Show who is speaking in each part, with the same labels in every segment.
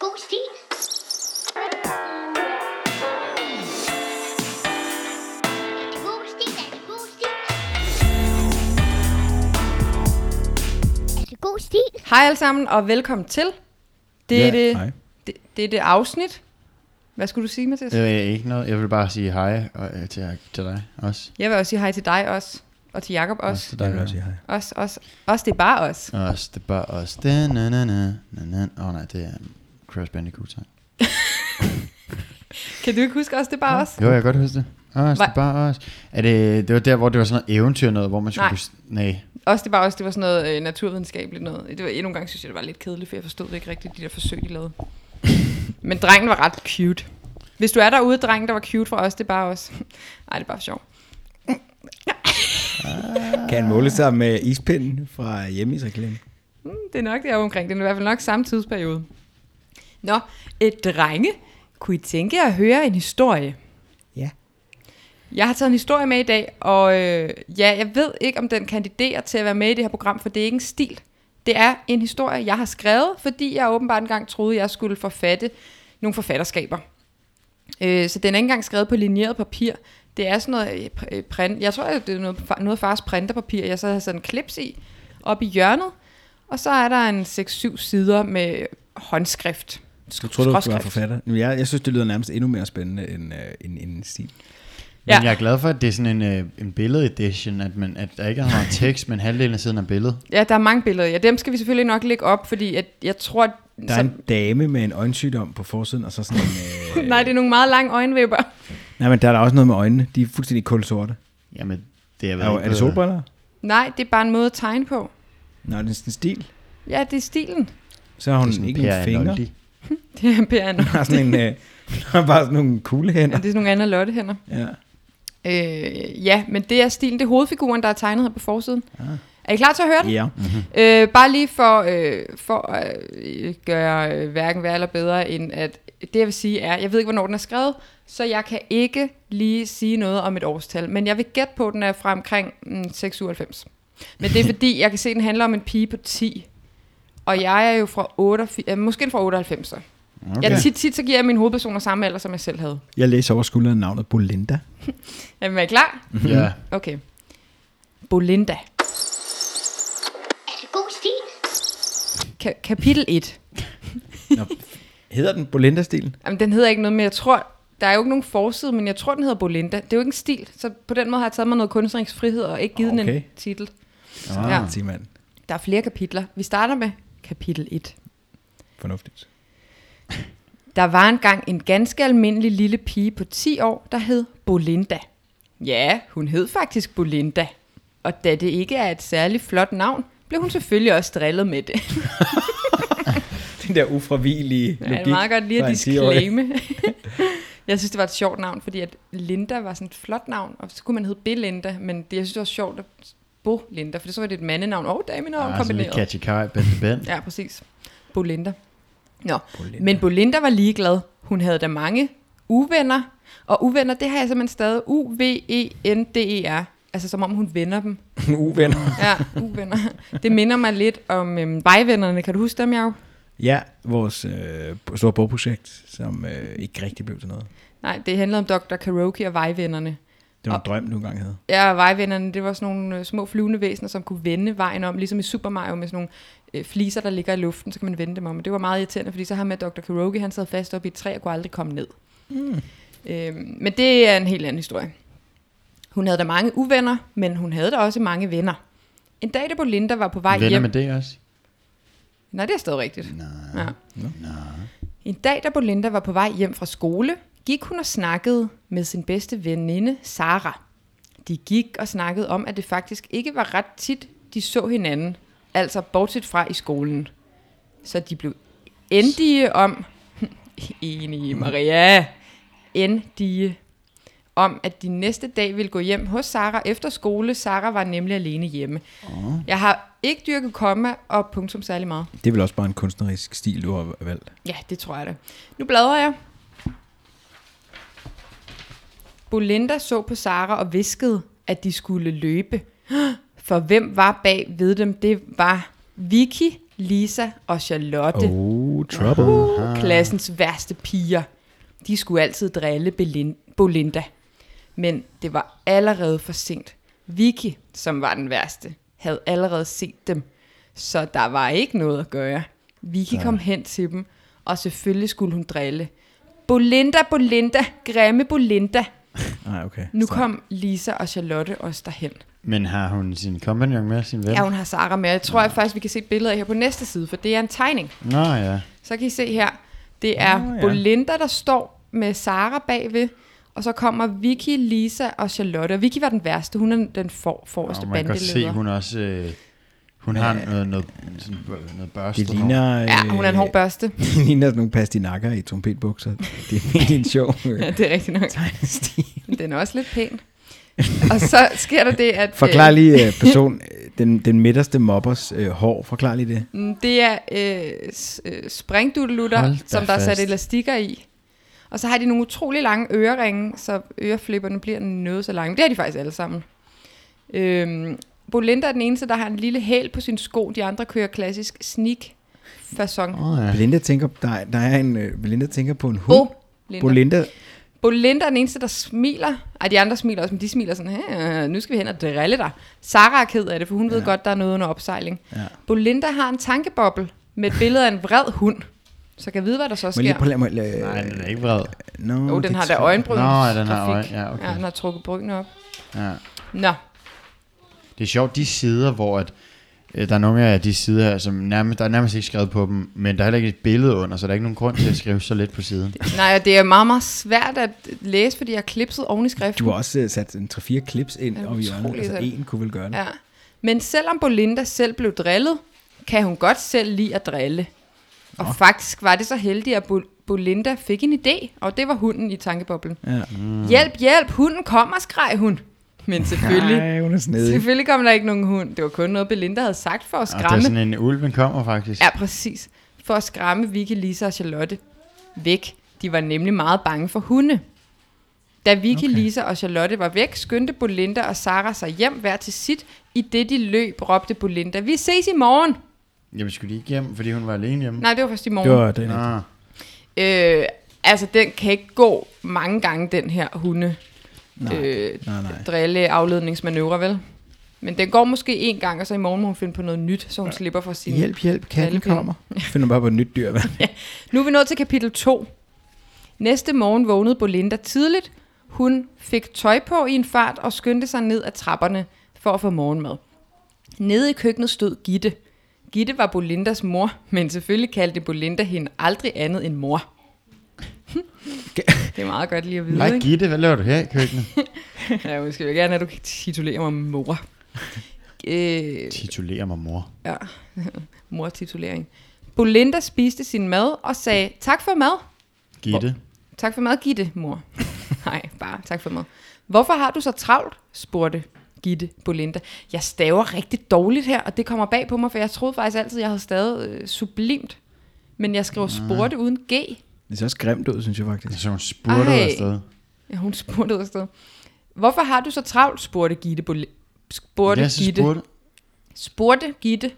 Speaker 1: Boosty. God stil.
Speaker 2: Hej alle sammen, og velkommen til. Det er,
Speaker 3: Ja,
Speaker 2: det,
Speaker 3: hej.
Speaker 2: det, det, er det afsnit. Hvad skulle du sige, Mathias? Ja.
Speaker 3: Øh, ikke noget. Jeg vil bare sige hej og, øh, til, til dig også.
Speaker 2: Jeg vil også sige hej til dig også, og til Jakob
Speaker 3: Også
Speaker 2: også.
Speaker 3: til dig,
Speaker 4: Jeg vil
Speaker 3: Lotte.
Speaker 4: også sige hej.
Speaker 2: Også, også, også det er bare os.
Speaker 3: Og også, det er bare os. Da, na, na, na, na, na. Åh oh, nej, det er um, Crash Bandicoot sang.
Speaker 2: Kan du ikke huske også det er bare os?
Speaker 3: Jo, jeg kan godt huske det. Os, det
Speaker 2: Var-
Speaker 3: er bare os. Er det, det var der, hvor det var sådan noget eventyr noget, hvor man skulle...
Speaker 2: Nej.
Speaker 3: kunne s- nej.
Speaker 2: Også det er bare os, det var sådan noget øh, naturvidenskabeligt noget. Det var, endnu en gang synes jeg, det var lidt kedeligt, for jeg forstod det ikke rigtigt, de der forsøg, de lavede. Men drengen var ret cute. Hvis du er derude, drengen, der var cute for os, det er bare os. Ej, det er bare for sjov.
Speaker 4: Kan han måle sig med ispinden fra hjemmesreklamen?
Speaker 2: Mm, Det er nok der omkring. Det er i hvert fald nok samme tidsperiode. Nå, et drenge. Kunne I tænke jer at høre en historie?
Speaker 4: Ja.
Speaker 2: Jeg har taget en historie med i dag, og øh, ja, jeg ved ikke, om den kandiderer til at være med i det her program, for det er ikke en stil. Det er en historie, jeg har skrevet, fordi jeg åbenbart engang troede, jeg skulle forfatte nogle forfatterskaber. Øh, så den er ikke engang skrevet på linjeret papir. Det er sådan noget øh, pr- øh, print. Jeg tror, at det er noget, fa- noget af fars printerpapir, jeg så har sat en klips i, op i hjørnet. Og så er der en 6-7 sider med håndskrift.
Speaker 4: Du tror, du skulle være
Speaker 2: Skråskrift.
Speaker 4: forfatter? Jamen, Jeg, jeg synes, det lyder nærmest endnu mere spændende end, øh, end, end en stil.
Speaker 3: Men
Speaker 2: Ja.
Speaker 3: ja. jeg er glad for, at det er sådan en, øh, en billede-edition, at, man, at der ikke er meget tekst, men halvdelen af siden er billede.
Speaker 2: Ja, der er mange billeder. Ja, dem skal vi selvfølgelig nok lægge op, fordi at jeg tror... At,
Speaker 4: Der er en dame med en øjensygdom på forsiden, og så sådan en... Øh,
Speaker 2: nej, det er nogle meget lange øjenvipper.
Speaker 4: nej, men der er der også noget med øjnene. De er fuldstændig kulsorte.
Speaker 3: Jamen, det er
Speaker 4: Er, jo-
Speaker 3: vel
Speaker 4: er det solbriller?
Speaker 2: Nej, det er bare en måde at tegne på.
Speaker 4: Nej, det er sådan en stil.
Speaker 2: Ja, det er stilen.
Speaker 4: Så har hun ikke nogen fingre.
Speaker 2: Det er Per Anna.
Speaker 4: Hun har sådan en... Øh, hun har bare sådan nogle
Speaker 2: Ja,
Speaker 4: kuglehænder.
Speaker 2: det er sådan nogle andre lottehænder.
Speaker 4: Ja.
Speaker 2: Øh, ja, men det er stilen. Det er hovedfiguren, der er tegnet her på forsiden. Ja. Er I klar til at høre den?
Speaker 4: ja.
Speaker 2: Øh, bare lige for, øh, for at øh, gøre øh, hverken værre eller bedre, end at det jeg vil sige er, jeg ved ikke, hvornår den er skrevet, så jeg kan ikke lige sige noget om et årstal, men jeg vil gætte på, at den er fra omkring mm, 96. Men det er fordi, jeg kan se, at den handler om en pige på 10, og jeg er jo fra 88, øh, måske fra 98. Okay.
Speaker 3: Okay.
Speaker 2: Jeg, tit, tit så giver jeg mine hovedpersoner samme alder, som jeg selv havde.
Speaker 4: Jeg læser over skulderen navnet Bolinda.
Speaker 2: Er I klar?
Speaker 3: Ja, Ah,
Speaker 2: Okay. Bolinda.
Speaker 1: God stil.
Speaker 2: Ka- kapitel 1.
Speaker 4: Nå, hedder den Bolinda-stilen?
Speaker 2: Jamen, den hedder ikke noget, men jeg tror, der er jo ikke nogen forside, men jeg tror, den hedder Bolinda. Det er jo ikke en stil, så på den måde har jeg taget mig noget kunstnerisk frihed og ikke givet okay. den
Speaker 4: Okay.
Speaker 2: en titel.
Speaker 4: Ah.
Speaker 2: Ja.
Speaker 4: Ja. Timand.
Speaker 2: Der er flere kapitler. Vi starter med kapitel 1.
Speaker 4: Fornuftigt.
Speaker 2: Der var engang en ganske almindelig lille pige på 10 år, der hed Bolinda. Ja, hun hed faktisk Bolinda. Og da det ikke er et særligt flot navn, blev hun selvfølgelig også drillet med det.
Speaker 4: Den der ufravigelige logik.
Speaker 2: Ja, det er meget godt lige
Speaker 4: fra
Speaker 2: at
Speaker 4: en 10-årig.
Speaker 2: disclaime. jeg synes, det var et sjovt navn, fordi at Linda var sådan et flot navn, og så kunne man hedde Belinda, men det, jeg synes, det var sjovt at Bolinda, for så var det et mandenavn og damenavn
Speaker 3: ah, sådan lidt
Speaker 2: kombineret.
Speaker 3: catchy kaj, Bente Bent.
Speaker 2: Ja, præcis. Bolinda. Nå,
Speaker 4: Bolinda.
Speaker 2: men Bolinda var ligeglad. Hun havde da mange uvenner, og uvenner, det har jeg simpelthen stadig E U-V-E-N-D-E-R. Altså som om hun vender dem.
Speaker 4: Uvenner.
Speaker 2: Ja, uvenner. Det minder mig lidt om øhm, vejvennerne. Kan du huske dem, Jacob?
Speaker 4: Ja, vores øh, store bogprojekt, som øh, ikke rigtig blev til noget.
Speaker 2: Nej, det handlede om Dr. Karaoke og vejvennerne.
Speaker 4: Det var en drøm, du engang havde.
Speaker 2: Ja, og vejvenderne, det var sådan nogle øh, små flyvende væsener, som kunne vende vejen om, ligesom i Super Mario med sådan nogle øh, fliser, der ligger i luften, så kan man vende dem om. Og det var meget irriterende, fordi så ham med Dr. Karogi, han sad fast oppe i et træ og kunne aldrig komme ned.
Speaker 3: Hmm.
Speaker 2: Mm. Øhm, men det er en helt anden historie. Hun havde da mange uvenner, men hun havde da også mange venner. En dag, da Bolinda var på vej
Speaker 3: Venner
Speaker 2: hjem...
Speaker 3: med det også?
Speaker 2: Nej, det er stadig rigtigt.
Speaker 3: Nej.
Speaker 2: Ja. En dag, da Bolinda var på vej hjem fra skole, gik hun og snakkede med sin bedste veninde, Sara. De gik og snakkede om, at det faktisk ikke var ret tit, de så hinanden. Altså bortset fra i skolen. Så de blev endige om... Enige, Maria. Endige om, at de næste dag ville gå hjem hos Sara efter skole. Sara var nemlig alene hjemme. Jeg har ikke dyrket komma og punktum særlig meget.
Speaker 4: Det er vel også bare en kunstnerisk stil, du har valgt.
Speaker 2: Ja, det tror jeg da. Nu bladrer jeg. Bolinda så på Sara og viskede, at de skulle løbe. For hvem var bag ved dem? Det var Vicky Lisa og Charlotte.
Speaker 4: Oh, trouble.
Speaker 2: Uh, klassens værste piger. De skulle altid drille Belin- Bolinda. Men det var allerede for sent. Vicky, som var den værste, havde allerede set dem. Så der var ikke noget at gøre. Vicky kom hen til dem, og selvfølgelig skulle hun drille. Bolinda, Bolinda, grimme Bolinda.
Speaker 4: Ah, Nej, okay.
Speaker 2: Nu kom Lisa og Charlotte også derhen.
Speaker 3: Men har hun sin kompagnon med, sin ven?
Speaker 2: Ja, hun har Sara med. Jeg tror jeg faktisk, vi kan se et billede af her på næste side, for det er en tegning.
Speaker 3: Nå ja.
Speaker 2: Så kan I se her, det er
Speaker 4: Nå, ja.
Speaker 2: oh, Bolinda, der står med Sara bagved, og så kommer Vicky, Lisa og Charlotte. Og Vicky var den værste, hun er den for, forreste
Speaker 3: Og
Speaker 2: oh,
Speaker 3: man kan godt se,
Speaker 2: bandeleder.
Speaker 3: hun også... Øh, hun har noget, noget, sådan, bør- noget børstet
Speaker 4: Det ligner...
Speaker 2: Ja, hun er
Speaker 4: øh,
Speaker 2: en hård børste.
Speaker 4: Det ligner sådan nogle pastinakker i trompetbukser. Det er virkelig en sjov øh,
Speaker 2: Ja, det er rigtigt nok.
Speaker 4: tegnestil.
Speaker 2: Den er også lidt pæn. Og så sker der det, at... øh,
Speaker 4: Forklar lige øh, person, øh, den, den midterste mobbers øh, hår. Forklar lige det.
Speaker 2: Mm, Det er øh, s- øh, springdudelutter,
Speaker 3: Hold da
Speaker 2: som der er sat
Speaker 3: fast.
Speaker 2: elastikker i. Og så har de nogle utrolig lange øreringe, så øreflipperne bliver noget så lange. Det har de faktisk alle sammen. Øhm, Bolinda er den eneste, der har en lille hæl på sin sko. De andre kører klassisk sneak fasong.
Speaker 3: Åh oh, ja.
Speaker 4: Ja. Belinda tænker, der, der er en, øh, Belinda tænker på en
Speaker 2: Oh,
Speaker 4: hund.
Speaker 2: Bolinda.
Speaker 4: Bolinda.
Speaker 2: Bolinda er den eneste, der smiler. Ej, de andre smiler også, men de smiler sådan, "Hæ, øh, nu skal vi hen og drille dig. Sara er ked af det, for hun ved godt, der er noget under opsejling.
Speaker 4: Ja.
Speaker 2: Bolinda har en tankeboble med et billede af en vred hund. Så kan jeg vide, hvad der så
Speaker 4: Må jeg lige
Speaker 2: sker.
Speaker 4: prøve at lade... Øh,
Speaker 3: Nej, den er ikke vred.
Speaker 4: no,
Speaker 2: Jo, den har da øjenbryn.
Speaker 3: Nå, ja, den har øjen- ja, okay.
Speaker 2: ja, den har trukket brynene op.
Speaker 3: Ja.
Speaker 2: Nå,
Speaker 3: Det er sjovt, de sider, hvor at, øh, der er nogle af de sider her, som nærmest, der er nærmest ikke skrevet på dem, men der er heller ikke et billede under, så der er ikke nogen grund til at skrive så let på siden.
Speaker 2: nej, og det er meget, meget svært at læse, fordi jeg har klipset oven i
Speaker 4: Du
Speaker 2: skriften.
Speaker 4: har også øh, sat en 3-4 klips ind
Speaker 2: Ja,
Speaker 4: ja, op i hjørnet.
Speaker 2: utrolig
Speaker 4: Altså,
Speaker 2: sat.
Speaker 4: en kunne vel gøre det. Ja.
Speaker 2: Ja. Men selvom Bolinda selv blev drillet, kan hun godt selv lide at drille. Og faktisk var det så heldigt, at Bol- Bolinda fik en idé, og det var hunden i tankeboblen.
Speaker 4: Ja.
Speaker 2: Mm. Hjælp, hjælp, hunden kommer, skreg hun. Men selvfølgelig,
Speaker 4: Nej, hun er snedig.
Speaker 2: selvfølgelig kom der ikke nogen hund. Det var kun noget, Belinda havde sagt for at
Speaker 3: Og der er
Speaker 2: skræmme.
Speaker 3: sådan en ulven kommer faktisk.
Speaker 2: Ja, præcis. For at skræmme Vicky, Lisa og Charlotte væk. De var nemlig meget bange for hunde. Da Vicky, okay. Lisa og Charlotte var væk, skyndte Bolinda og Sara sig hjem hver til sit. I det de løb, råbte Bolinda, vi ses i morgen.
Speaker 3: Jamen skulle de ikke hjem, fordi hun var alene hjemme?
Speaker 2: Nej, det var først i morgen.
Speaker 4: Det var det.
Speaker 3: Nå,
Speaker 2: Øh, altså, den kan ikke gå mange gange, den her hunde.
Speaker 4: Nej.
Speaker 2: øh,
Speaker 4: Nej, nej.
Speaker 2: drille afledningsmanøvre, vel? Men den går måske en gang, og så i morgen må hun finde på noget nyt, så hun slipper for sin...
Speaker 4: Hjælp, hjælp, katten
Speaker 2: Valping.
Speaker 4: kommer. Finder bare på et nyt dyr, hvad?
Speaker 2: Nu er vi nået til kapitel 2. Næste morgen vågnede Bolinda tidligt. Hun fik tøj på i en fart og skyndte sig ned ad trapperne for at få morgenmad. Nede i køkkenet stod Gitte. Gitte var Bolindas mor, men selvfølgelig kaldte Bolinda hende aldrig andet end mor. det er meget godt lige at vide,
Speaker 3: Nej,
Speaker 2: ikke?
Speaker 3: Gitte, hvad laver du her i køkkenet?
Speaker 2: Ja, måske jeg gerne, at du kan titulere mig mor. Øh,
Speaker 3: Titulerer mig mor.
Speaker 2: Ja, mortitulering. Bolinda spiste sin mad og sagde, tak for mad.
Speaker 3: Gitte.
Speaker 2: Tak for mad, Gitte, mor. Nej, bare tak for mad. Hvorfor har du så travlt? spurgte Gitte Bolinda. Jeg staver rigtig dårligt her, og det kommer bag på mig, for jeg troede faktisk altid, jeg havde stavet øh, sublimt. Men jeg skrev spurgte uden G.
Speaker 4: Det ser også grimt ud, synes jeg faktisk.
Speaker 3: Så hun spurgte
Speaker 2: Ej.
Speaker 3: afsted.
Speaker 2: Ja, hun spurgte ud afsted. Hvorfor har du så travlt? spurgte Gitte. Bol- spurgte
Speaker 3: Ja, så
Speaker 2: Gitte.
Speaker 3: spurgte.
Speaker 2: spurgte Gitte.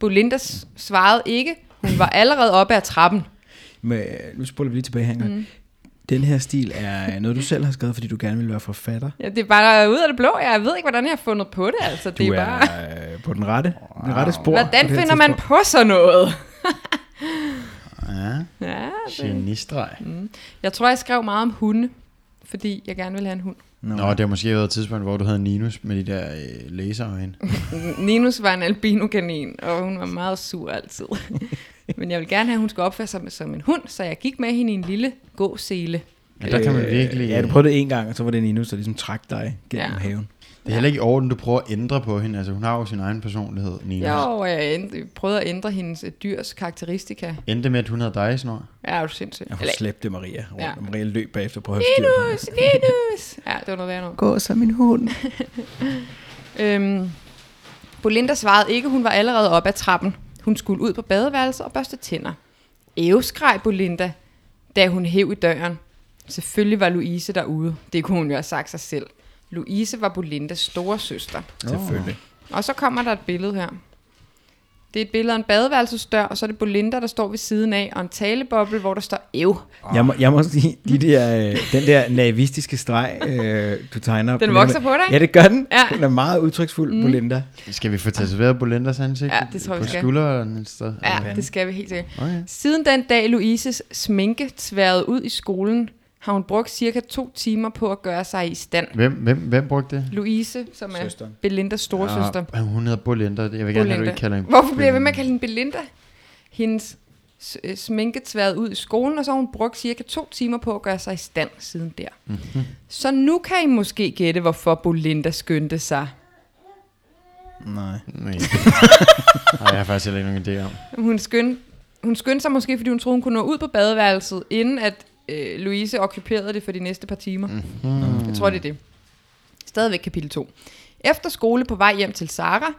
Speaker 2: Bolinda s- svarede ikke. Hun var allerede oppe ad trappen.
Speaker 4: Men, øh, nu spoler vi lige tilbage her en gang. Mm. Den her stil er noget, du selv har skrevet, fordi du gerne vil være forfatter.
Speaker 2: Ja, det er bare ud af det blå. Jeg ved ikke, hvordan jeg har fundet på det. Altså,
Speaker 4: Du
Speaker 2: det
Speaker 4: er,
Speaker 2: er bare...
Speaker 4: øh, på den rette, den rette spor. på
Speaker 2: Hvordan
Speaker 4: det her
Speaker 2: finder man
Speaker 4: tidspunkt.
Speaker 2: på sådan noget?
Speaker 3: Ja,
Speaker 2: Ja,
Speaker 3: genistreg.
Speaker 2: jeg tror, jeg skrev meget om hunde, fordi jeg gerne ville have en hund.
Speaker 3: Nå, det har måske været et tidspunkt, hvor du havde Ninus med de der øh, laserøjne.
Speaker 2: Ninus var en albinokanin, og hun var meget sur altid. Men jeg ville gerne have, at hun skulle opføre sig som en hund, så jeg gik med hende i en lille gåsele.
Speaker 3: Ja, der kan man virkelig...
Speaker 4: Øh, ja, du
Speaker 3: øh,
Speaker 4: prøvede det en gang, og så var det Ninus, der ligesom trak dig gennem
Speaker 2: Ja.
Speaker 4: ja. haven.
Speaker 3: Det er heller ikke i orden, du prøver at ændre på hende. Altså, hun har jo sin egen personlighed, Nina.
Speaker 2: Jo, og jeg ænd- prøvede at ændre hendes øh, dyrs karakteristika.
Speaker 3: Endte med, at hun havde dig, Snor.
Speaker 2: Ja, er du sindssyg.
Speaker 4: Jeg
Speaker 2: Eller-
Speaker 4: får slæbt det, Maria. Rundt.
Speaker 2: Ja.
Speaker 4: Ja. Maria løb bagefter på at have styr på.
Speaker 2: Ninus, Ninus! Ja, det var noget værre noget.
Speaker 4: Gå som en hund.
Speaker 2: Øhm, Bolinda svarede ikke, hun var allerede oppe ad trappen. Hun skulle ud på badeværelset og børste tænder. Æveskreg Bolinda, da hun hæv i døren. Selvfølgelig var Louise derude. Det kunne hun jo have sagt sig selv. Louise var Bolindas store søster.
Speaker 4: Selvfølgelig.
Speaker 2: Og så kommer der et billede her. Det er et billede af en badeværelsesdør, og så er det Bolinda, der står ved siden af, og en taleboble, hvor der står ev.
Speaker 4: Jeg må, jeg må sige, de der, øh, den der naivistiske streg, øh, du tegner.
Speaker 2: Den
Speaker 4: Belinda
Speaker 2: vokser
Speaker 4: med-
Speaker 2: på dig, ikke?
Speaker 4: Ja, det gør den.
Speaker 2: Ja.
Speaker 4: Ja. Den er meget udtryksfuld, mm. Belinda.
Speaker 3: Skal vi få tatoveret Bolendas ansigt?
Speaker 2: Ja, det tror jeg,
Speaker 3: på
Speaker 2: vi skal.
Speaker 3: skulderen et sted?
Speaker 2: Ja, det skal vi helt sikkert.
Speaker 3: Okay.
Speaker 2: Siden den dag Louises sminke tværede ud i skolen, har hun brugt cirka to timer på at gøre sig i stand.
Speaker 3: Hvem, hvem, hvem brugte det?
Speaker 2: Louise, som er
Speaker 4: Søsteren.
Speaker 2: Belindas storesøster.
Speaker 3: Ah, hun hedder Bolinda. Jeg vil gerne have, du
Speaker 2: Belinda.
Speaker 3: ikke kalder hende
Speaker 2: Hvorfor bliver jeg ved med at kalde hende Belinda? Hendes s- øh, sminke tværet ud i skolen, og så har hun brugt cirka to timer på at gøre sig i stand siden der.
Speaker 3: Mhm.
Speaker 2: Mm-hmm. Så nu kan I måske gætte, hvorfor Belinda skyndte sig.
Speaker 4: Nej.
Speaker 3: Nej. Ej, jeg har faktisk heller ikke nogen idé om.
Speaker 2: Hun skyndte, hun skyndte sig måske, fordi hun troede, hun kunne nå ud på badeværelset, inden at øh, Louise okkuperede det for de næste par timer. Mm-hmm. Jeg tror, det er det. Stadigvæk kapitel 2. Efter skole på vej hjem til Sara,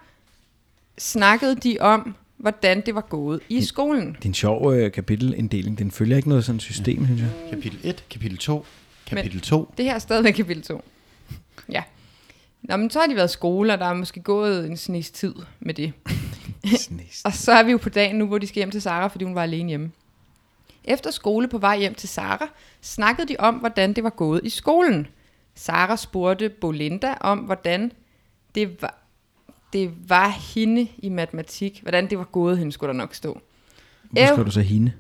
Speaker 2: snakkede de om, hvordan det var gået i skolen.
Speaker 4: Det er en sjov øh, kapitelinddeling. Den følger ikke noget sådan system, synes jeg.
Speaker 3: Kapitel 1, kapitel 2, kapitel 2.
Speaker 2: Det her er stadigvæk kapitel 2. Ja. Nå, men så har de været i skole, og der er måske gået en snes tid med det.
Speaker 4: Næst.
Speaker 2: Og så er vi jo på dagen nu, hvor de skal hjem til Sara, fordi hun var alene hjemme. Efter skole på vej hjem til Sara, snakkede de om, hvordan det var gået i skolen. Sara spurgte Bolinda om, hvordan det var, det var hende i matematik. Hvordan det var gået hende, skulle der nok stå.
Speaker 4: Hvor
Speaker 2: Ev.
Speaker 4: skal du så hende?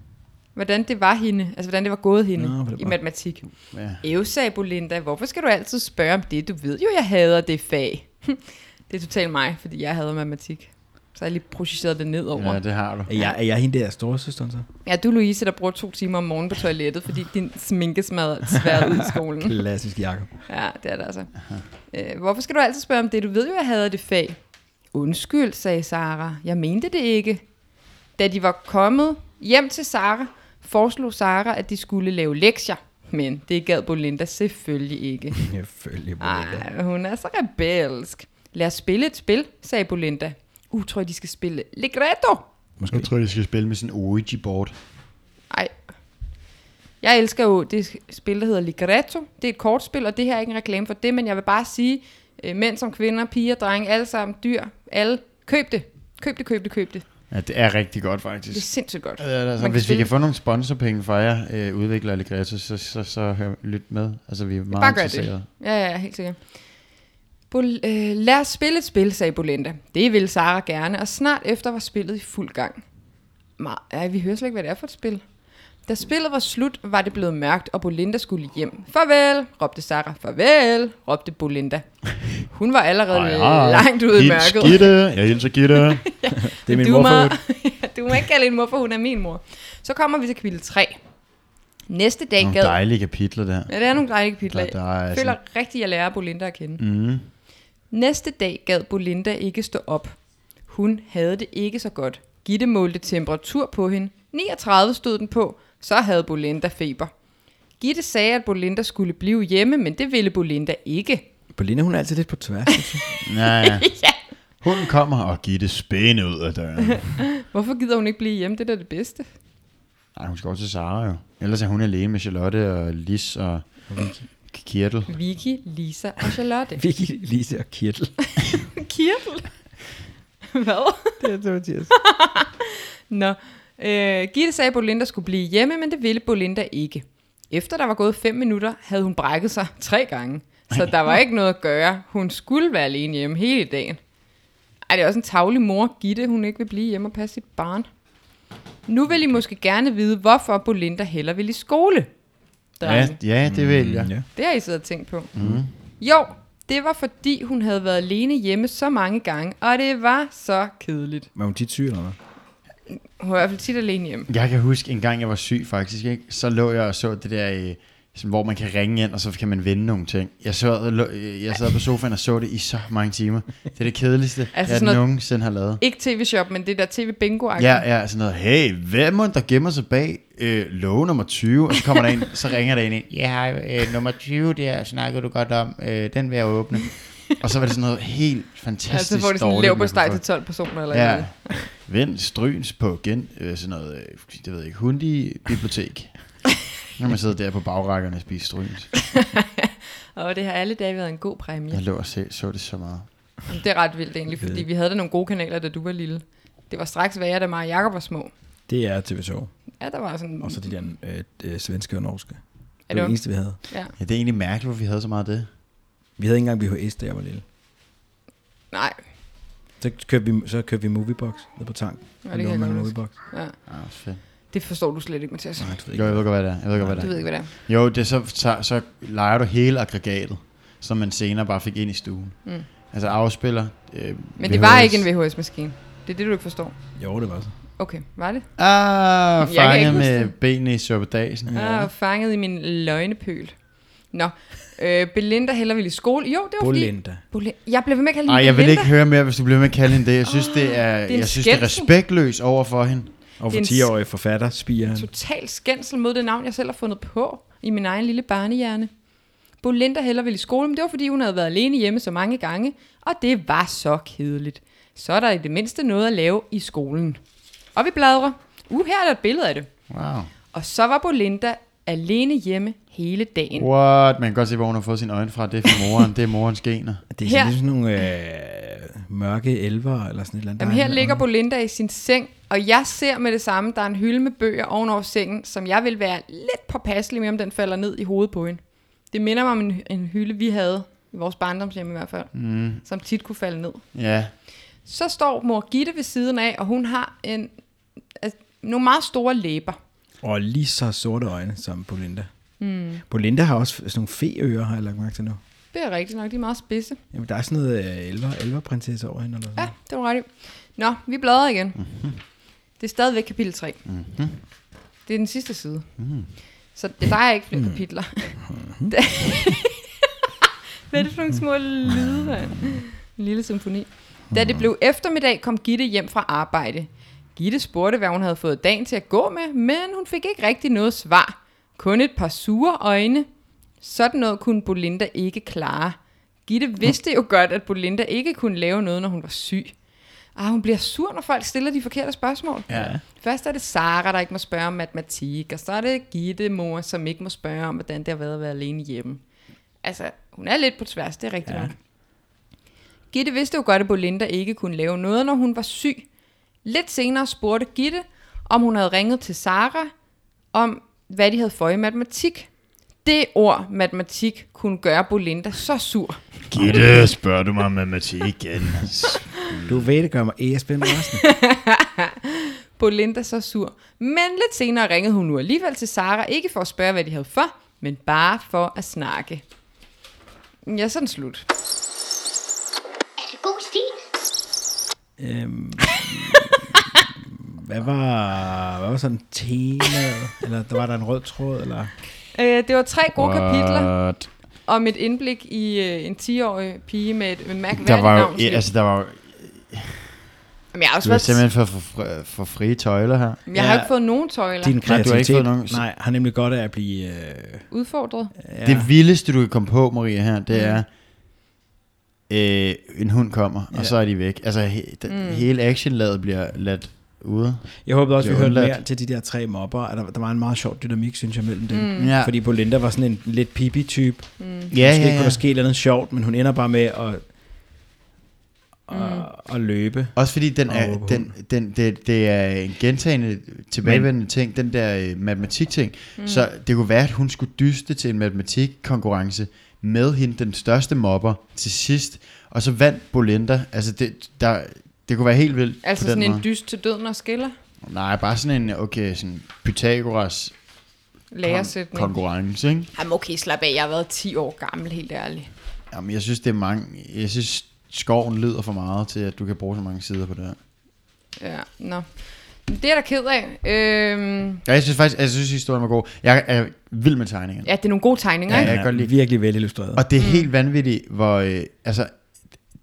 Speaker 2: Hvordan det var hende, altså hvordan det var gået hende
Speaker 4: Nå, på
Speaker 2: Nå,
Speaker 4: den
Speaker 2: i
Speaker 4: måde.
Speaker 2: matematik.
Speaker 3: Ja.
Speaker 2: Ev, sagde Bolinda, hvorfor skal du altid spørge om det? Du ved jo, jeg hader det fag. det er totalt mig, fordi jeg hader matematik. Så har jeg lige projiceret det ned over.
Speaker 3: ja,
Speaker 2: Ja,
Speaker 3: det har du.
Speaker 4: Er jeg, er jeg hende der storesøsteren så?
Speaker 2: ja, du Louise, der bruger to timer om morgenen på toilettet, fordi din sminkesmad er svært ud i skolen.
Speaker 4: Klassisk Jacob.
Speaker 2: Ja, det er det altså. Øh, hvorfor skal du altid spørge om det? Du ved jo, jeg hader det fag. Undskyld, sagde Sara. Jeg mente det ikke. Da de var kommet hjem til Sara, foreslog Sara, at de skulle lave lektier. Men det gad Bolinda selvfølgelig ikke.
Speaker 4: Selvfølgelig, Belinda.
Speaker 2: Ej, hun er så rebelsk. Lad os spille et spil, sagde Bolinda. Uh, tror jeg, de skal spille Ligretto?
Speaker 3: Måske. Jeg tror, de skal spille med sådan en Ouija-board.
Speaker 2: Ej. Jeg elsker jo det spil, der hedder Ligretto. Det er et kortspil, og det her er ikke en reklame for det, men jeg vil bare sige, øh, mænd som kvinder, piger, drenge, alle sammen, dyr, alle, køb det. Køb det, køb det, køb det.
Speaker 3: Ja, det er rigtig godt,
Speaker 2: Det er
Speaker 3: faktisk.
Speaker 2: sindssygt godt.
Speaker 3: Ja, altså,
Speaker 2: Man kan
Speaker 3: hvis vi
Speaker 2: spille-
Speaker 3: kan få nogle sponsorpenge fra jer, øh, udvikler Allegretto, så, så, så, så hør, lyt med. Altså, vi er meget
Speaker 2: Bare gør
Speaker 3: interesserede.
Speaker 2: det. Ja, ja, ja, helt sikkert. Bol- øh, lad os spille et spil, sagde Bolenda. Det ville Sara gerne, og snart efter var spillet i fuld gang. Nej, ej, vi hører slet ikke, hvad det er for et spil. Da spillet var slut, var det blevet mørkt, og Bolinda skulle hjem. Farvel, råbte Sara. Farvel, råbte Bolinda. Hun var allerede
Speaker 3: Ej, ej.
Speaker 2: langt ude i
Speaker 3: Hils
Speaker 2: mørket.
Speaker 3: Gitte. Jeg hilser Gitte.
Speaker 4: Det er min
Speaker 2: du
Speaker 4: morfar.
Speaker 2: Må, Ja, du må ikke kalde hende morfar, hun er min mor. Så kommer vi til kapitel 3. Næste dag
Speaker 3: Nogle
Speaker 2: gad...
Speaker 3: dejlige kapitler der.
Speaker 2: Ja, det er nogle dejlige kapitler.
Speaker 3: Der- der er
Speaker 2: Jeg føler rigtig, at jeg lærer Bolinda at kende.
Speaker 3: Mm.
Speaker 2: Næste dag gad Bolinda ikke stå op. Hun havde det ikke så godt. Gitte målte temperatur på hende. 39 stod den på, så havde Bolinda feber. Gitte sagde, at Bolinda skulle blive hjemme, men det ville Bolinda ikke.
Speaker 4: Belinda, hun er altid lidt på tværs.
Speaker 3: Ja, ja. Hun kommer og giver det spæne ud af døren.
Speaker 2: Hvorfor gider hun ikke blive hjemme? Det er da det bedste.
Speaker 3: Nej, hun skal over til Sara jo. Ellers er hun alene med Charlotte og Lis og Kirtel.
Speaker 2: Vicky, Lisa og Charlotte.
Speaker 4: Vicky, Lise og Kirtel.
Speaker 2: Kirtel? Hvad?
Speaker 4: det er det, Mathias.
Speaker 2: Nå. Øh, Gitte sagde, at Bolinda skulle blive hjemme, men det ville Bolinda ikke. Efter der var gået fem minutter, havde hun brækket sig tre gange. Så der var ikke noget at gøre. Hun skulle være alene hjemme hele dagen. Ej, det er også en tavlig mor, Gitte. Hun ikke vil blive hjemme og passe sit barn. Nu vil I måske gerne vide, hvorfor Bolinda heller vil i skole.
Speaker 3: Ja,
Speaker 2: drenge.
Speaker 3: ja, det vil jeg.
Speaker 4: Mm, Ja.
Speaker 2: Det har I siddet og tænkt på. Mm. Jo, det var fordi, hun havde været alene hjemme så mange gange, og det var så kedeligt.
Speaker 4: Var hun tit syg eller hvad?
Speaker 2: Hun var i hvert fald tit alene hjemme.
Speaker 3: Jeg kan huske, en gang jeg var syg faktisk, ikke? så lå jeg og så det der, øh, sådan, hvor man kan ringe ind, og så kan man vende nogle ting. Jeg, så, lå- øh, jeg sad på sofaen og så det i så mange timer. Det er det kedeligste,
Speaker 2: Altså
Speaker 3: altså jeg
Speaker 2: sådan noget-
Speaker 3: nogensinde har lavet.
Speaker 2: Ikke tv-shop, men det der tv-bingo
Speaker 3: Ja, ja, sådan noget, hey, hvad må der gemmer sig bag øh, låge nummer 20? Og så kommer der en, så ringer der en ind, ja, hej, øh, nummer 20, der snakkede du godt om, øh, den vil jeg åbne. og så var det sådan noget helt
Speaker 2: ja
Speaker 3: fantastisk
Speaker 2: så får de sådan en
Speaker 3: dårligt,
Speaker 2: lav på
Speaker 3: man
Speaker 2: steg
Speaker 3: kunne
Speaker 2: til 12 personer
Speaker 3: få.
Speaker 2: eller ja.
Speaker 3: Ja, vend stryns på gen, øh, sådan noget, øh, det ved jeg ikke, hundi bibliotek. Når man sidder der på bagrækkerne og spiser stryns.
Speaker 2: Og det har alle dage været en god præmie.
Speaker 3: Jeg lå og se, så det så meget.
Speaker 2: Det er ret vildt egentlig, fordi vi havde da nogle gode kanaler, da du var lille. Det var straks værre, da mig og Jacob var små.
Speaker 4: Det er TV2.
Speaker 2: Ja, der var sådan...
Speaker 4: Og så de der øh, øh, svenske og norske.
Speaker 2: er
Speaker 4: Det var
Speaker 2: det
Speaker 4: det eneste, vi havde.
Speaker 2: Ja.
Speaker 3: Ja, det er egentlig mærkeligt, hvorfor vi havde så meget af det.
Speaker 4: Vi havde ikke engang VHS, da jeg var lille.
Speaker 2: Nej,
Speaker 4: Så kørte vi, så kørte vi Moviebox ned på tanken.
Speaker 2: Ja,
Speaker 4: Og
Speaker 2: det kan
Speaker 4: lånte
Speaker 2: jeg
Speaker 4: mig en
Speaker 2: godt huske.
Speaker 4: Moviebox.
Speaker 2: ja.
Speaker 3: Ah, fedt.
Speaker 2: det forstår du slet ikke, Mathias.
Speaker 4: Nej, du ved
Speaker 3: Jo,
Speaker 4: ikke.
Speaker 3: jeg ved godt, hvad det er. Jeg ved godt, hvad
Speaker 2: Du
Speaker 3: det
Speaker 2: ved
Speaker 3: er.
Speaker 2: ikke, hvad det er.
Speaker 3: Jo, det er så, så, så leger du hele aggregatet, som man senere bare fik ind i stuen.
Speaker 2: Mm.
Speaker 3: Altså afspiller. Øh,
Speaker 2: Men det var
Speaker 3: VHS.
Speaker 2: ikke en VHS-maskine. Det er det, du ikke forstår.
Speaker 4: Jo, det var så.
Speaker 2: Okay, var det?
Speaker 3: Ah,
Speaker 2: Jeg kan ikke
Speaker 3: fanget
Speaker 2: huske
Speaker 3: med
Speaker 2: det. Ah.
Speaker 3: benene i sørbedagsen.
Speaker 2: Ja. Jeg var fanget i min løgnepøl. Nå, øh, Belinda heller ville i skole. Jo, det var fordi...
Speaker 4: Bolinda.
Speaker 2: Bolinda. Jeg blev ved med at kalde
Speaker 3: Nej,
Speaker 2: hende
Speaker 3: jeg vil
Speaker 2: Belinda.
Speaker 3: ikke høre mere, hvis du bliver med at kalde hende det. Jeg synes, det er,
Speaker 2: Ah, en
Speaker 3: jeg synes, det er
Speaker 2: skændsel.
Speaker 3: respektløst over for hende.
Speaker 4: Og
Speaker 2: Det er
Speaker 4: for
Speaker 2: en
Speaker 4: 10-årige forfatter, spiger han.
Speaker 2: Total skændsel mod det navn, jeg selv har fundet på i min egen lille barnehjerne. Bolinda heller ville i skole, men det var fordi, hun havde været alene hjemme så mange gange, og det var så kedeligt. Så er der i det mindste noget at lave i skolen. Og vi bladrer. Uh, her er der et billede af det.
Speaker 3: Wow.
Speaker 2: Og så var Bolinda alene hjemme hele dagen.
Speaker 3: What? Man kan godt se, hvor hun har fået sine øjne fra. Det er fra moren. det er morens gener.
Speaker 4: Det er
Speaker 2: Her-
Speaker 4: sådan, lidt sådan nogle øh, mørke elver eller sådan et eller andet.
Speaker 2: Jamen
Speaker 4: Der er
Speaker 2: her
Speaker 4: en-
Speaker 2: ligger Bolinda i sin seng, og jeg ser med det samme, der er en hylde med bøger ovenover sengen, som jeg vil være lidt påpasselig med, om den falder ned i hovedet på hende. Det minder mig om en, en hylde, vi havde i vores barndomshjem i hvert fald, mm. som tit kunne falde ned.
Speaker 3: Ja.
Speaker 2: Så står mor Gitte ved siden af, og hun har en, altså, nogle meget store læber.
Speaker 4: Og lige så sorte øjne som Bolinda.
Speaker 2: Hmm.
Speaker 4: Mm. Bolinda har også sådan nogle feører, har jeg lagt mærke til nu.
Speaker 2: Det er rigtigt nok, de er meget spidse.
Speaker 4: Jamen, der er sådan noget øh, elver, elverprinsesse over hende. Eller sådan.
Speaker 2: Ja,
Speaker 4: noget.
Speaker 2: det var ret. i. Nå, vi bladrer igen. Mm-hmm. Det er stadigvæk kapitel 3. Mm-hmm. Det er den sidste side. Mm. Så det, der er ikke flere kapitler. Mm-hmm. Hvad er det for nogle små lyde, mand? En lille symfoni. Da det blev eftermiddag, kom Gitte hjem fra arbejde. Gitte spurgte, hvad hun havde fået dagen til at gå med, men hun fik ikke rigtig noget svar. Kun et par sure øjne. Sådan noget kunne Bolinda ikke klare. Gitte vidste jo godt, at Bolinda ikke kunne lave noget, når hun var syg. Ah, hun bliver sur, når folk stiller de forkerte spørgsmål.
Speaker 3: Ja.
Speaker 2: Først er det Sara, der ikke må spørge om matematik, og så er det Gitte, mor, som ikke må spørge om, hvordan det har været at være alene hjemme. Altså, hun er lidt på tværs, det er rigtigt. Ja. Gitte vidste jo godt, at Bolinda ikke kunne lave noget, når hun var syg. Lidt senere spurgte Gitte, om hun havde ringet til Sara om, hvad de havde for i matematik. Det ord, matematik, kunne gøre Bolinda så sur.
Speaker 3: Gitte, spørger du mig om matematik igen?
Speaker 4: Du ved, det gør mig ESPN resten.
Speaker 2: Bolinda så sur. Men lidt senere ringede hun nu alligevel til Sara, ikke for at spørge, hvad de havde for, men bare for at snakke. Ja, sådan slut.
Speaker 1: Er det god stil?
Speaker 4: øhm, hvad var, hvad var sådan temaet? Eller der var der en rød tråd? Eller?
Speaker 2: Øh, det var tre gode What? kapitler om et indblik i øh, en 10-årig pige med et med
Speaker 3: Der
Speaker 2: mærkværdigt
Speaker 3: var jo,
Speaker 2: navn.
Speaker 3: ja, altså, der var jo,
Speaker 2: Jamen, jeg har også
Speaker 3: du er
Speaker 2: været...
Speaker 3: simpelthen for, for, for frie tøjler her.
Speaker 2: Jamen, Jeg har
Speaker 4: Ja.
Speaker 2: ikke fået nogen tøjler
Speaker 4: Din
Speaker 2: Din...
Speaker 3: Nej, du har ikke
Speaker 4: kreativitet?
Speaker 3: fået nogen-
Speaker 4: Nej, har nemlig godt af at blive... Øh,
Speaker 2: udfordret.
Speaker 4: ja.
Speaker 3: Det vildeste, du kan komme på, Maria, her, det er, øh, en hund kommer, og så er de væk. Altså, he, den, hele actionlaget bliver ladt ude.
Speaker 4: Jeg håbede også, vi
Speaker 3: Det er
Speaker 4: hørte
Speaker 3: undladt.
Speaker 4: mere til de der tre mobber. og Der, der var en meget sjov dynamik, synes jeg, mellem dem. Mm.
Speaker 3: Ja. Mm.
Speaker 4: Fordi Bolinda var sådan en lidt pipi-type. Ja,
Speaker 3: Ja,
Speaker 4: Måske
Speaker 3: ja,
Speaker 4: kunne
Speaker 3: ja.
Speaker 4: der ske et eller andet sjovt, men hun ender bare med at,
Speaker 3: Mm.
Speaker 4: at, at løbe.
Speaker 3: Også fordi den
Speaker 4: Og
Speaker 3: er,
Speaker 4: råbe
Speaker 3: den, den, det, det er en gentagende, tilbagevendende ting, den der øh, matematik-ting. Mm. Så det kunne være, at hun skulle dyste til en matematikkonkurrence med hende, den største mobber, til sidst. Og så vandt Bolinda. Altså, det, der, det kunne være helt vildt
Speaker 2: Altså
Speaker 3: på den
Speaker 2: sådan en
Speaker 3: måde.
Speaker 2: dyst til døden og skiller.
Speaker 3: Nej, bare sådan en, okay, sådan Pythagoras kon-
Speaker 2: Læresætning.
Speaker 3: konkurrence, ikke?
Speaker 2: Jamen okay, slap af. Jeg har været 10 år gammel, helt ærligt.
Speaker 3: Jamen, jeg synes, det er mange... Jeg synes, skoven lyder for meget til, at du kan bruge så mange sider på det her.
Speaker 2: Ja, nå. Det er jeg da ked af. Øhm,
Speaker 3: Ja, jeg synes faktisk, jeg synes, historien var god. Jeg er vild med tegningerne.
Speaker 2: ja, det er nogle gode tegninger, ikke?
Speaker 3: jeg kan godt lide-
Speaker 4: virkelig velillustreret.
Speaker 3: Og det er helt vanvittigt, hvor... Øh, altså,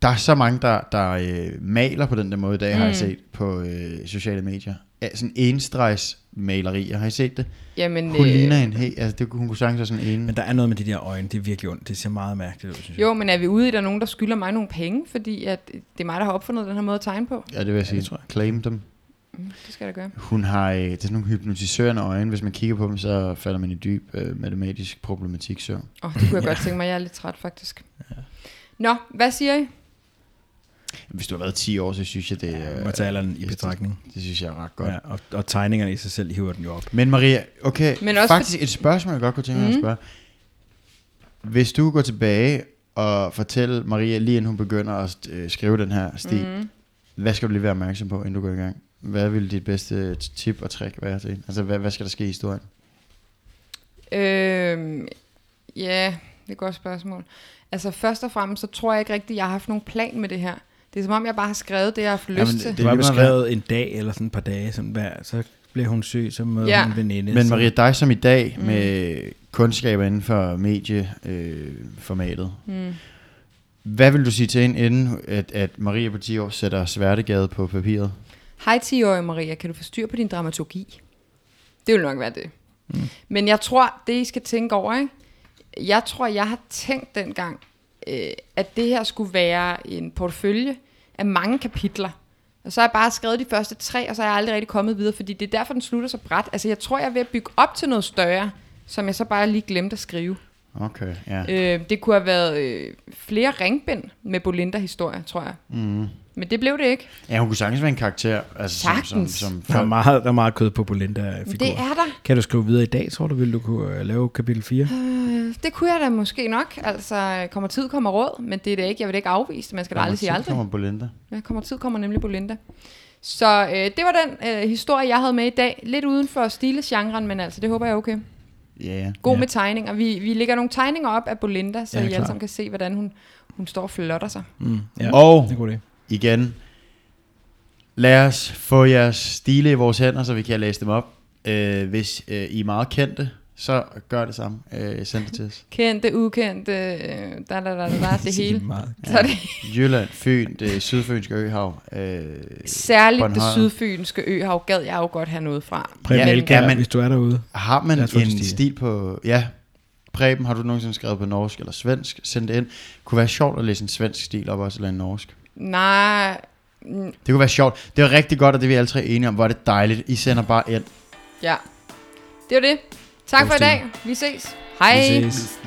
Speaker 3: der er så mange, der, der øh, maler på den der måde i dag, mm. har jeg set på øh, sociale medier. Ja, sådan enstregs malerier, har I set det?
Speaker 2: Jamen, øh,
Speaker 3: Hun ligner en helt... Altså, det, kunne- hun kunne sagtens være sådan en...
Speaker 4: Men der er noget med de der øjne, det er virkelig ondt. Det ser meget mærkeligt ud, synes jeg.
Speaker 2: jo, men er vi ude i, at der er nogen, der skylder mig nogle penge, fordi at det er mig, der har opfundet den her måde at tegne på?
Speaker 3: Ja, det vil jeg sige.
Speaker 4: det
Speaker 3: Ja,
Speaker 4: tror
Speaker 3: jeg. Claim dem.
Speaker 2: Det skal jeg da gøre.
Speaker 3: Hun har... Øh, det er sådan nogle hypnotiserende øjne. Hvis man kigger på dem, så falder man i dyb øh, matematisk problematik søvn.
Speaker 2: Åh, oh, det kunne jeg godt tænke mig. Jeg er lidt træt, faktisk. Nå, hvad siger I?
Speaker 3: Hvis du har været 10 år, så synes jeg, det er...
Speaker 4: Materialerne i
Speaker 3: det-
Speaker 4: betragtning.
Speaker 3: Det, det synes jeg er ret godt.
Speaker 4: Ja, og, og tegningerne i sig selv hiver den jo op.
Speaker 3: Men Maria, okay,
Speaker 2: Men
Speaker 3: Men
Speaker 2: også Mhm.
Speaker 3: også faktisk et spørgsmål, jeg godt kunne tænke mig at spørge. Hvis du går tilbage og fortæller Maria, lige inden hun begynder at øh, skrive den her stil,
Speaker 2: Mhm.
Speaker 3: mm. hvad skal du lige være opmærksom på, inden du går i gang? Hvad vil dit bedste tip og trick være til hende? Altså, hvad, hvad skal der ske i historien?
Speaker 2: Øhm, ja, det er et godt spørgsmål. Altså først og fremmest, så tror jeg ikke rigtigt, jeg har haft nogen plan med det her. Det er som om, jeg bare har skrevet det, jeg har haft lyst
Speaker 3: Jamen,
Speaker 2: til.
Speaker 4: Det
Speaker 3: Det
Speaker 4: var
Speaker 3: er lige meget,
Speaker 4: beskrevet en dag eller sådan et par dage, sådan hver, så bliver hun syg, så møder
Speaker 2: Ja.
Speaker 4: hun en veninde.
Speaker 3: Men
Speaker 4: så-
Speaker 3: Maria, dig som i dag
Speaker 2: Mhm.
Speaker 3: mm. med kundskaber inden for medieformatet, øh, formatet.
Speaker 2: Mhm.
Speaker 3: hvad vil du sige til hende, inden at, at Maria på 10 år sætter sværtegade på papiret?
Speaker 2: Hej 10-årige Maria, kan du få styr på din dramaturgi? Det vil nok være det. Mm. Men jeg tror, det I skal tænke over, ikke? jeg tror, jeg har tænkt dengang, øh, at det her skulle være en portefølje af mange kapitler. Og så har jeg bare skrevet de første tre, og så er jeg aldrig rigtig kommet videre, fordi det er derfor, den slutter så bræt. Altså, jeg tror, jeg er ved at bygge op til noget større, som jeg så bare lige glemte at skrive.
Speaker 3: Okay, ja.
Speaker 2: Øh, det kunne have været øh, flere ringbind med Bolinda-historier, tror jeg. Mm. Men det blev det ikke.
Speaker 3: Ja, hun kunne sagtens være en karakter. Altså, Som,
Speaker 2: Sagtens.
Speaker 3: som, som
Speaker 4: Der er
Speaker 3: folk,
Speaker 4: meget, der er meget kød på Bolinda figur.
Speaker 2: Det er der.
Speaker 4: Kan du skrive videre i dag, tror du, vil du kunne øh, lave kapitel 4?
Speaker 2: Øh, Det kunne jeg da måske nok. Altså, kommer tid, kommer råd, men det er det ikke. Jeg vil da ikke afvise det. Man skal da aldrig sige aldrig.
Speaker 3: Kommer Belinda.
Speaker 2: Ja, kommer tid, kommer nemlig Bolinda. Så øh, det var den øh, historie, jeg havde med i dag. Lidt uden for stilegenren, men altså, det håber jeg er okay.
Speaker 3: Ja, ja.
Speaker 2: God
Speaker 4: Ja.
Speaker 2: ja. med tegninger. Vi, vi lægger nogle tegninger op af Bolinda, så
Speaker 4: Ja,
Speaker 2: ja, I
Speaker 4: klar.
Speaker 2: alle sammen kan se, hvordan hun, hun står og flotter sig.
Speaker 4: Mm, ja.
Speaker 3: Og
Speaker 4: Det er en god idé.
Speaker 3: igen, lad os få jeres stile i vores hænder, så vi kan læse dem op. Øh, hvis øh, I er meget kendte, så gør det samme. Øh, send det til os.
Speaker 2: Kendte, ukendte, øh, da, da, da, da, da, det
Speaker 4: Sige
Speaker 2: hele.
Speaker 4: Meget.
Speaker 2: Så er det
Speaker 3: Jylland, Fyn, det sydfynske øhav. Øh,
Speaker 2: særligt det
Speaker 3: Bornholm.
Speaker 2: sydfynske øhav, gad jeg jo godt have noget fra.
Speaker 4: Preben
Speaker 3: Ja,
Speaker 4: ja, Elkær,
Speaker 3: ja, men-
Speaker 4: hvis du er derude.
Speaker 3: har man
Speaker 4: Lad
Speaker 3: en
Speaker 4: os få en
Speaker 3: stil.
Speaker 4: stil.
Speaker 3: stil på... Ja, Preben, har du nogensinde skrevet på norsk eller svensk? Send det ind. Det kunne være sjovt at læse en svensk stil op også, eller en norsk.
Speaker 2: Nej,
Speaker 3: Det kunne være sjovt. Det var rigtig godt, og det er vi alle tre enige om. Hvor er det dejligt. I sender bare ind.
Speaker 2: Ja. Det var det. Tak for i
Speaker 4: Positivt.
Speaker 2: dag. Vi ses. Hej.
Speaker 4: Vi ses.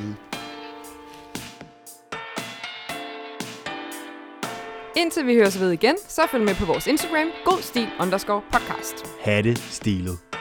Speaker 2: Indtil vi høres ved igen, så følg med på vores Instagram, godstil underscore podcast.
Speaker 3: Hatte stilet.